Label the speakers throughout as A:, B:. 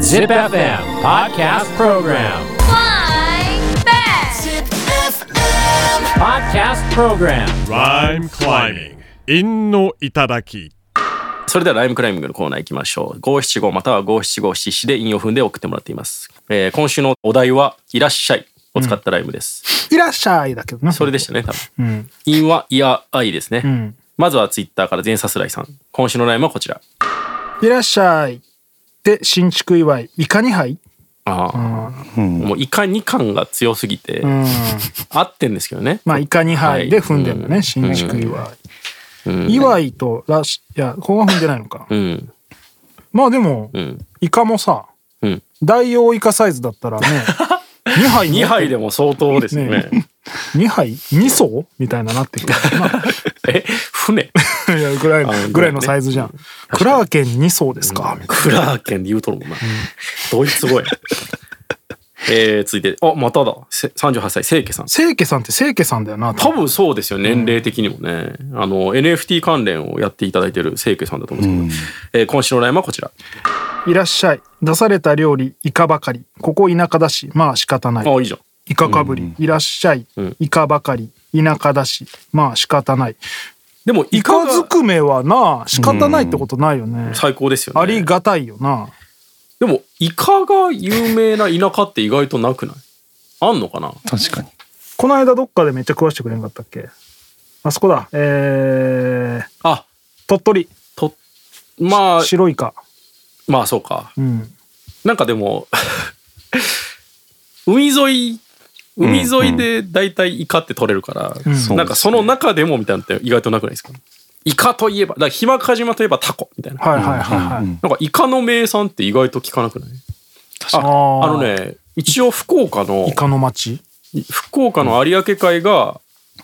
A: Zip FM Podcast Program.
B: Flying back.
A: Podcast Program.
C: Rhyme climbing. 陰の頂き。
D: それではライムクライミングのコーナー行きましょう。五七五または五七五七七で韻を踏んで送ってもらっています。えー今週のお題は、いらっしゃいを使ったライムです。
E: いらっしゃいだけどな。
D: それでしたね、多分。
E: うん。
D: 韻は、いや、あいですね。
E: ん
D: まずはツイッターから全さすらいさん。今週のライムはこちら。
E: いらっしゃい。で、新築祝い、いかに杯
D: ああ、もういかに感が強すぎて、
E: うん。
D: 合ってんですけどね。
E: まあ、いかに杯で踏んでるの
D: は
E: ね、
D: い
E: 新築祝
D: うん
E: い。祝いとらし、いや、ここは踏んでないのか
D: う。ん。
E: まあでも
D: う、ん。
E: イカもさ、
D: うん。
E: 大王イカサイズだったらね、2杯
D: 2杯でも相当ですよね
E: ね。2杯 ?2 層みたいななってくるからな。
D: え、船
E: いや、ぐらい
D: あ
E: の、ぐらいのサイズじゃん。クラーケン2層ですか、みたいな
D: クラーケンで言うとるもんな。ドイツ語や。えー、続いて、あ、まただ。せ38歳、清家さん。
E: 清家さんって清家さんだよな、
D: 多分そうですよ、年齢的にもね。あの、NFT 関連をやっていただいてる清家さんだと思うんですけど、えー今週のラインはこちら。
E: いらっしゃい。出された料理、イカばかり。ここ田舎だし、まあ仕方ない。
D: あ、いいじゃん。
E: イカかぶり、いらっしゃい
D: ん。
E: イカばかり。田舎だし、まあ仕方ない。
D: でも、イ
E: イ
D: カ
E: カず
D: が
E: くめはな、仕方ないってことないよね。
D: 最高ですよね。
E: ありがたいよな。
D: でも、イカが有名な田舎って意外となくないあんのかな
F: 確かに。
E: この間どっかでめっちゃ食わしてくれんかったっけあそこだ。えー、
D: あ、
E: 鳥取、
D: と、まあ、
E: 白イカ。
D: まあそうか。
E: うん。
D: なんかでも、 海沿い、海沿いで大体イカって取れるから、
F: ん
D: なんかその中でもみたいなのって意外となくないですかイカといえば、だから日間賀島といえばタコみたいな。
E: はいはいはいはい。
D: なんかイカの名産って意外と聞かなくないあ
E: あー
D: あのね、一応福岡の
E: イ、カの町。
D: 福岡の有明海が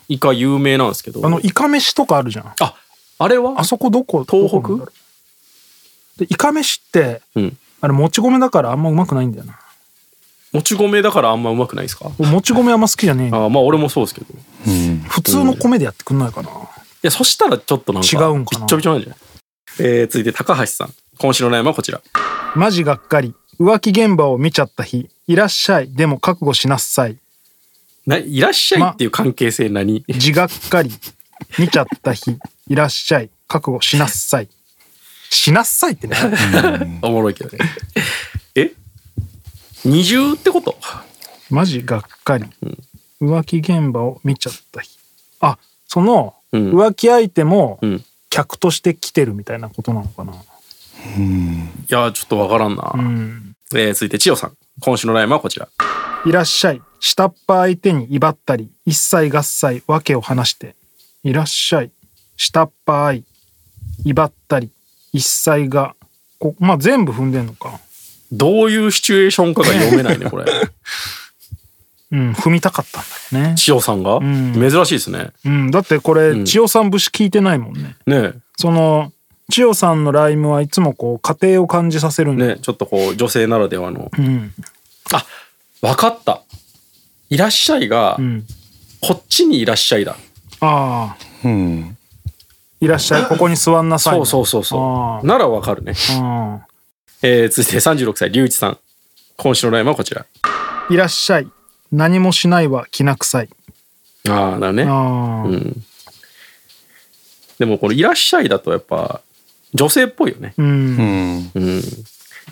D: イカ有名なんですけど、
E: あの、イカ飯とかあるじゃん。
D: あ、あれは
E: あそこどこ
D: 東北
E: どこなんだろうでイカ飯って、
D: うん。
E: あれ、もち米だからあんまうまくないんだよな。
D: もち米だからあんまうまくないですか
E: 俺もち米あんま好きじゃねえ
D: あ
E: よ
D: ーまあ俺もそうですけど。い
E: 普通の米でやってくんないかな。
D: や、そしたらちょっとなんか、
E: 違うんかな
D: びっちょびちょなんじゃないえー、続いて高橋さん。今週の悩みはこちら。
E: マジがっかり。浮気現場を見ちゃった日。いらっしゃい。でも覚悟しなさい。
D: ないらっしゃいっていう関係性何、
E: 字がっかり。見ちゃった日。いらっしゃい。覚悟しなさい。しなさいっ てね。
D: おもろいけどね。 え二重ってこと
E: マジがっかり。浮気現場を見ちゃった日。あ、その
D: うん
E: 浮気相手も
D: うん。い
E: 客として来てるみたいなことなのかな。
D: や、ちょっとわからんな。
E: うん。
D: えー続いて千代さん。今週のライムはこちら。
E: いらっしゃい。下っ端相手に威張ったり、一切合切訳を話して。いらっしゃい。下っ端相、威張ったり、一切が。こまあ、全部踏んでんのか。
D: どういうシチュエーションかが読めないね、こ れ。
E: うん、踏みたかったんだよね。
D: 千代さんが、
E: ん
D: 珍しいですね。
E: うん、だってこれ、千代さん節聞いてないもんね。
D: ね
E: その、千代さんのライムはいつもこう、家庭を感じさせるん
D: え、
E: で。
D: ねえちょっとこう、女性ならではの。
E: うん。
D: あ、わかった。いらっしゃいが、
E: うん。
D: こっちにいらっしゃいだ。
E: ああ、
F: うん。
E: いらっしゃい。ここに座んなさい。
D: そうそうそう
E: あ
D: そう。
E: ー
D: ならわかるね。
E: うん。
D: えー続いて36歳、龍一さん。今週のライムはこちら。
E: いらっしゃい。何もしないはきな臭い。
D: ああ、なるね。
E: ああ、
D: うん、でもこれ「いらっしゃい」だとやっぱ女性っぽいよね、
E: うん
F: う。ん。
D: うん、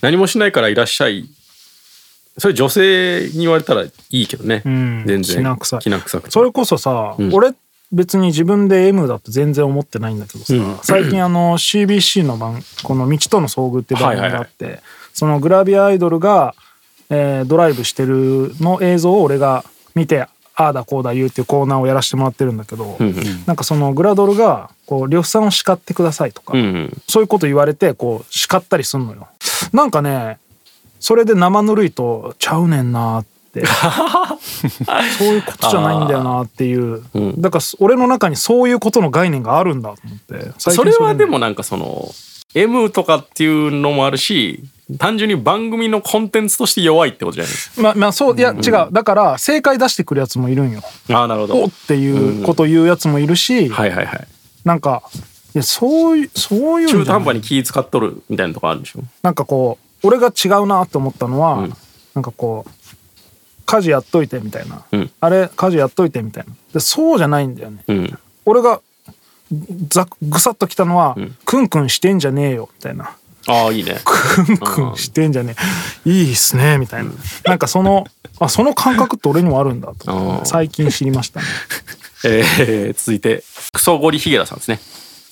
D: 何もしないから「いらっしゃい」それ女性に言われたらいいけどね、
E: うん
D: 全然
E: きな臭い
D: きな臭くて
E: それこそさ、
D: ん
E: 俺別に自分で M だと全然思ってないんだけどさ、
D: うん
E: 最近あの CBC の番この「道との遭遇」って番組があって、そのグラビアアイドルが、えードライブしてるの映像を俺が見てああだこうだ言うっていうコーナーをやらせてもらってるんだけど、
D: うんうん
E: なんかそのグラドルがこう「呂布さんを叱ってください」とか、
D: うんうん
E: そういうこと言われてこう叱ったりすんのよ。なんかねそれで生ぬるいとちゃうねんなーって そういうことじゃないんだよなーっていう、
D: うん
E: だから俺の中にそういうことの概念があるんだと思って最近
D: それはで
E: ね
D: もなんかその M とかっていうのもあるし単純に番組のコンテンツとして弱いってことじゃない
E: ままあそういや違うだから正解出してくるやつもいるんよ。
D: ああなるほ
E: お
D: ど
E: っていうこと言うやつもいるし、
D: はいはいはい
E: なんかいやそういうそうい
D: 中
E: うんじゃ
D: 途
E: な
D: 半
E: い
D: 端に気使っとるみたいなとこあるでしょ
E: なんかこう俺が違うなと思ったのは、
D: うん
E: なんかこう家事やっといてみたいな、
D: うん
E: あれ家事やっといてみたいなでそうじゃないんだよね
D: うん
E: 俺がざぐさっときたのは、
D: ん
E: くんくんしてんじゃねえよみたいな
D: ああいいね
E: くんくんしてんじゃねえいいっすねみたいななんかそのあその感覚って俺にもあるんだと思って
D: あー
E: 最近知りましたね
D: えー、続いてクソゴリヒゲラさんですね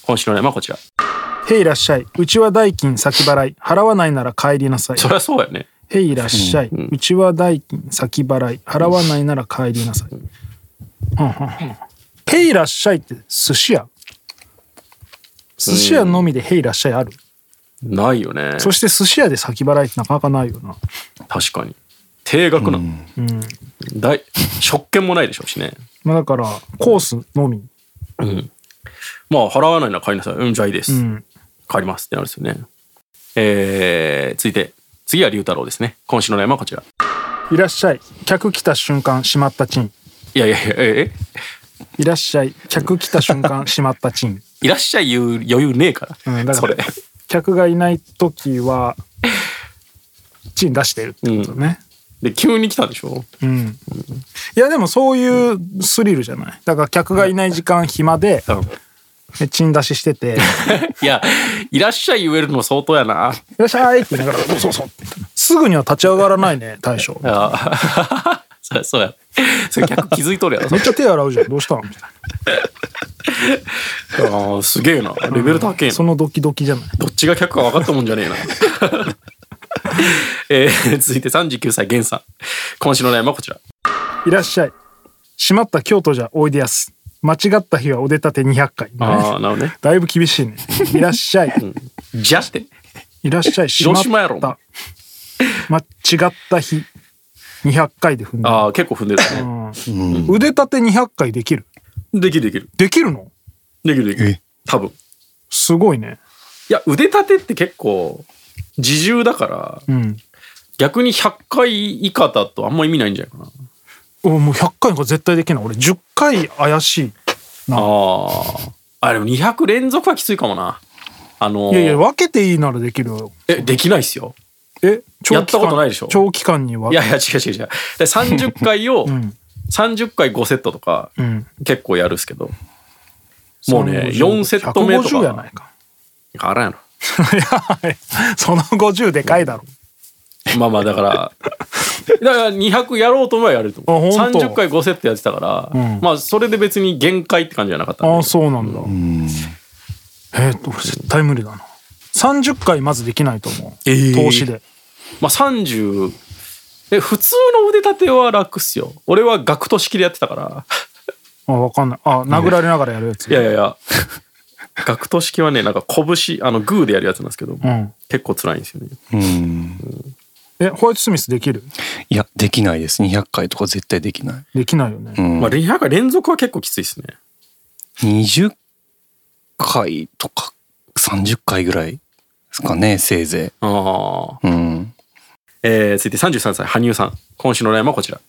D: 今週のテーマはこちら
E: 「へいらっしゃいうちは代金先払い払わないなら帰りなさい」
D: そりゃそうやね
E: へいいらっしゃい。うちは代金先払い。払わないなら帰りなさい。うんうんうんへいいらっしゃいって寿司屋寿司屋のみでへいいらっしゃいある。
D: ないよね
E: そして寿司屋で先払いってなかなかないよな。
D: 確かに定額なの、だい食券もないでしょうしね
E: まあだからコースのみ。
D: まあ払わないなら帰りなさいうんじゃあいいです、
E: うん。
D: 帰りますってなるんですよねえー、続いて次は龍太郎ですね今週のテーマはこちら
E: いらっしゃい。客来た瞬間しまったチン。
D: いやいやいやえ
E: いらっしゃい。客来た瞬間しまった チン。
D: いらっしゃい言う余裕ねえから,、
E: うんだから
D: それ
E: 客がいない時はチン出してるってことね。
D: で急に来たでしょ
E: うん、いやでもそういうスリルじゃないだから客がいない時間暇で
D: うん
E: でチン出ししてて「い
D: いやいらっしゃい言えるのも相当やな
E: らっしゃい」って言いながら「そうそうそう」ってすぐには立ち上がらないね大将
D: あ そりゃそうやそれ客気づいとるやろそ
E: めっ
D: れ
E: ちゃ手洗うじゃんどうしたの?」みた
D: あ
E: い
D: ーすげえなレベル高え
E: な
D: な
E: そのドキドキじゃない
D: どっちが客か分かったもんじゃねえな。 えー続いて39歳源さん今週の悩みはこちら
E: 「いらっしゃい」「閉まった京都じゃおいでやす」「間違った日はお出たて200回」
D: ああなるほどね
E: だいぶ厳しいね「いらっしゃい」
D: じゃって
E: 「いらっしゃい」「閉ま
D: 広島やろ
E: った」「間違った日200回で踏んだ」
D: ああ結構踏んでるね
E: 腕立て200回できる
D: できるできる
E: できるの
D: できるできる多分
E: すごいね
D: いや腕立てって結構自重だから
E: うん
D: 逆に100回以下だとあんま意味ないんじゃないかな
E: おもう100回が絶対できない俺10回怪しい
D: あーあでも200連続はきついかもなあの
E: い
D: ー
E: やいや分けていいならできるよ
D: えできないっすよ
E: え長期間
D: やったことないでしょ
E: 長期間にはい
D: やいや違う違う違うで30回 を、
E: ん
D: 30回5セットとか
E: うん
D: 結構やるっすけどもうね
E: 350
D: 4セット目とか
E: 150やないか
D: あらんやろ
E: いやその50でかいだろ
D: まあまあだから だから200やろうと思えばやれると思う
E: あほんと
D: 30回5セットやってたから、
E: うん
D: まあそれで別に限界って感じじゃなかったん
E: あ
D: で
E: あそうなんだえーっと俺絶対無理だな30回まずできないと思う、
D: えー
E: 投資で
D: まあ30え普通の腕立ては楽っすよ俺は学徒式でやってた から
E: あ分かんないあ殴られながらやるやつ
D: いやいやいや学徒式はねなんか拳あのグーでやるやつなんですけど、
E: ん
D: 結構辛いんですよね
F: うん。
E: えホワイトスミスできる
F: いや、できないです。200回とか絶対できない。
E: できないよね、
F: うん。
D: まあ200回連続は結構きついっすね
F: 20回とか30回ぐらいですかね、せいぜ
D: ああ
F: い。うん。
D: えー、続いて33歳羽生さん今週のラインはこちら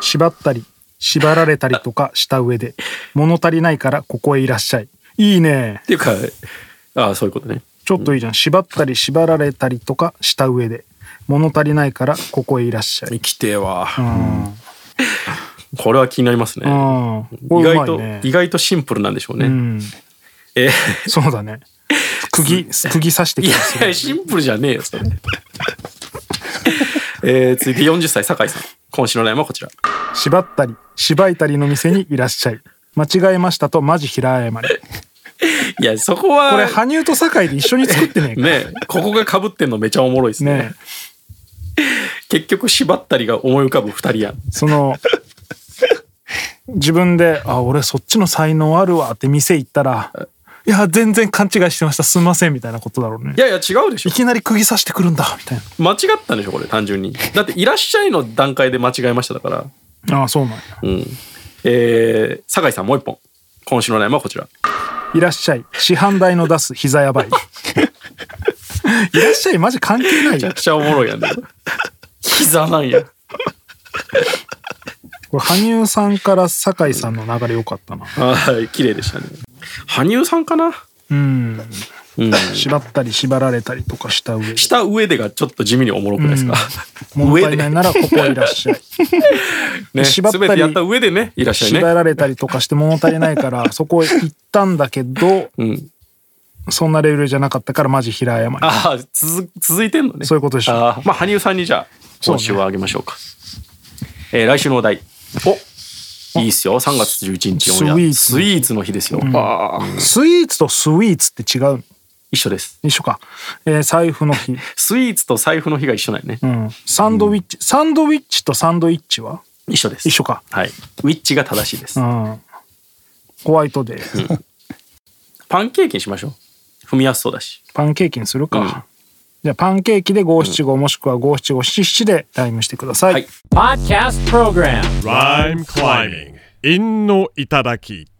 E: 縛ったり縛られたりとかした上で物足りないからここへいらっしゃいいいね
D: っていうかああそういうことね
E: ちょっといいじゃん縛ったり縛られたりとかした上で物足りないからここへいらっしゃい
D: きてえわ
E: うん
D: これは気になりますね
E: うん
D: 意
E: 意
D: 外と、
E: ね
D: 意外とシンプルなんでしょうね、
E: うん
D: えー
E: そうだね釘釘刺して
D: い
E: き
D: や
E: ます
D: いやシンプルじゃねえよそれ えー、続いて40歳酒井さん今週のラインはこちら
E: 縛ったり縛いたりの店にいらっしゃい間違えましたとマジ平謝り
D: いやそこは
E: これ羽生と酒井で一緒に作ってねえか
D: ねえここがかぶってんのめちゃおもろいですね
E: ねえ
D: 結局縛ったりが思い浮かぶ2人やん
E: その自分で「あ俺そっちの才能あるわ」って店行ったら「いや全然勘違いしてましたすんません」みたいなことだろうね
D: いやいや違うでしょ
E: いきなり釘刺してくるんだみたい
D: 間違ったんでしょこれ単純にだって「いらっしゃい」の段階で間違えましただから
E: なああそうなんや
D: うん。えー、酒井さんもう一本。今週の悩みはこちら。
E: いらっしゃい市販代の出す膝 やばいいらっしゃいマジ関係な
D: め
E: い
D: ち
E: よ
D: ゃくちゃおもろいやん、ね。 膝なんや。
E: これ羽生さんから酒井さんの流れ良かったな
D: はい、綺麗でしたね。羽生さんかな
E: うん
D: うん
E: 縛ったり縛られたりとかした上で
D: した上でがちょっと地味におもろくないですか、
E: 物
D: 上
E: 足り
D: で
E: ないならここいらっしゃい
D: ね、
E: 縛ったり
D: 全てやった上でねいらっしゃい
E: 縛
D: ね、
E: られたりとかして物足りな いからそこへ行ったんだけど
D: うん、
E: そんなレベルじゃなかったからマジ平謝り
D: ああ続続いてんのね
E: そういうことでしょ
D: あーまあ羽生さんにじゃあ
E: そ
D: 今
E: うね
D: 週はあげましょうかえー来週のお題おいいっすよ3月11日オンエア
E: スイーツ
D: スイーツの日ですよ、あー
E: スイーツとスイーツって違うの
D: 一緒です
E: 一緒か、えー財布の日、
D: スイーツと財布の日が一緒なんやね、
E: うん、サンドウィッチ、サンドウィッチとサンドイッチは
D: 一緒です
E: 一緒か、
D: はいウィッチが正しいです、
E: うん、ホワイトデー
D: パンケーキにしましょう踏みやすそうだし
E: パンケーキにするか、
D: うん
E: じゃあパンケーキで五七五もしくは五七五七七でライムしてください、
D: はい
A: Podcast Program
C: Rhyme climbing. 韻の頂き。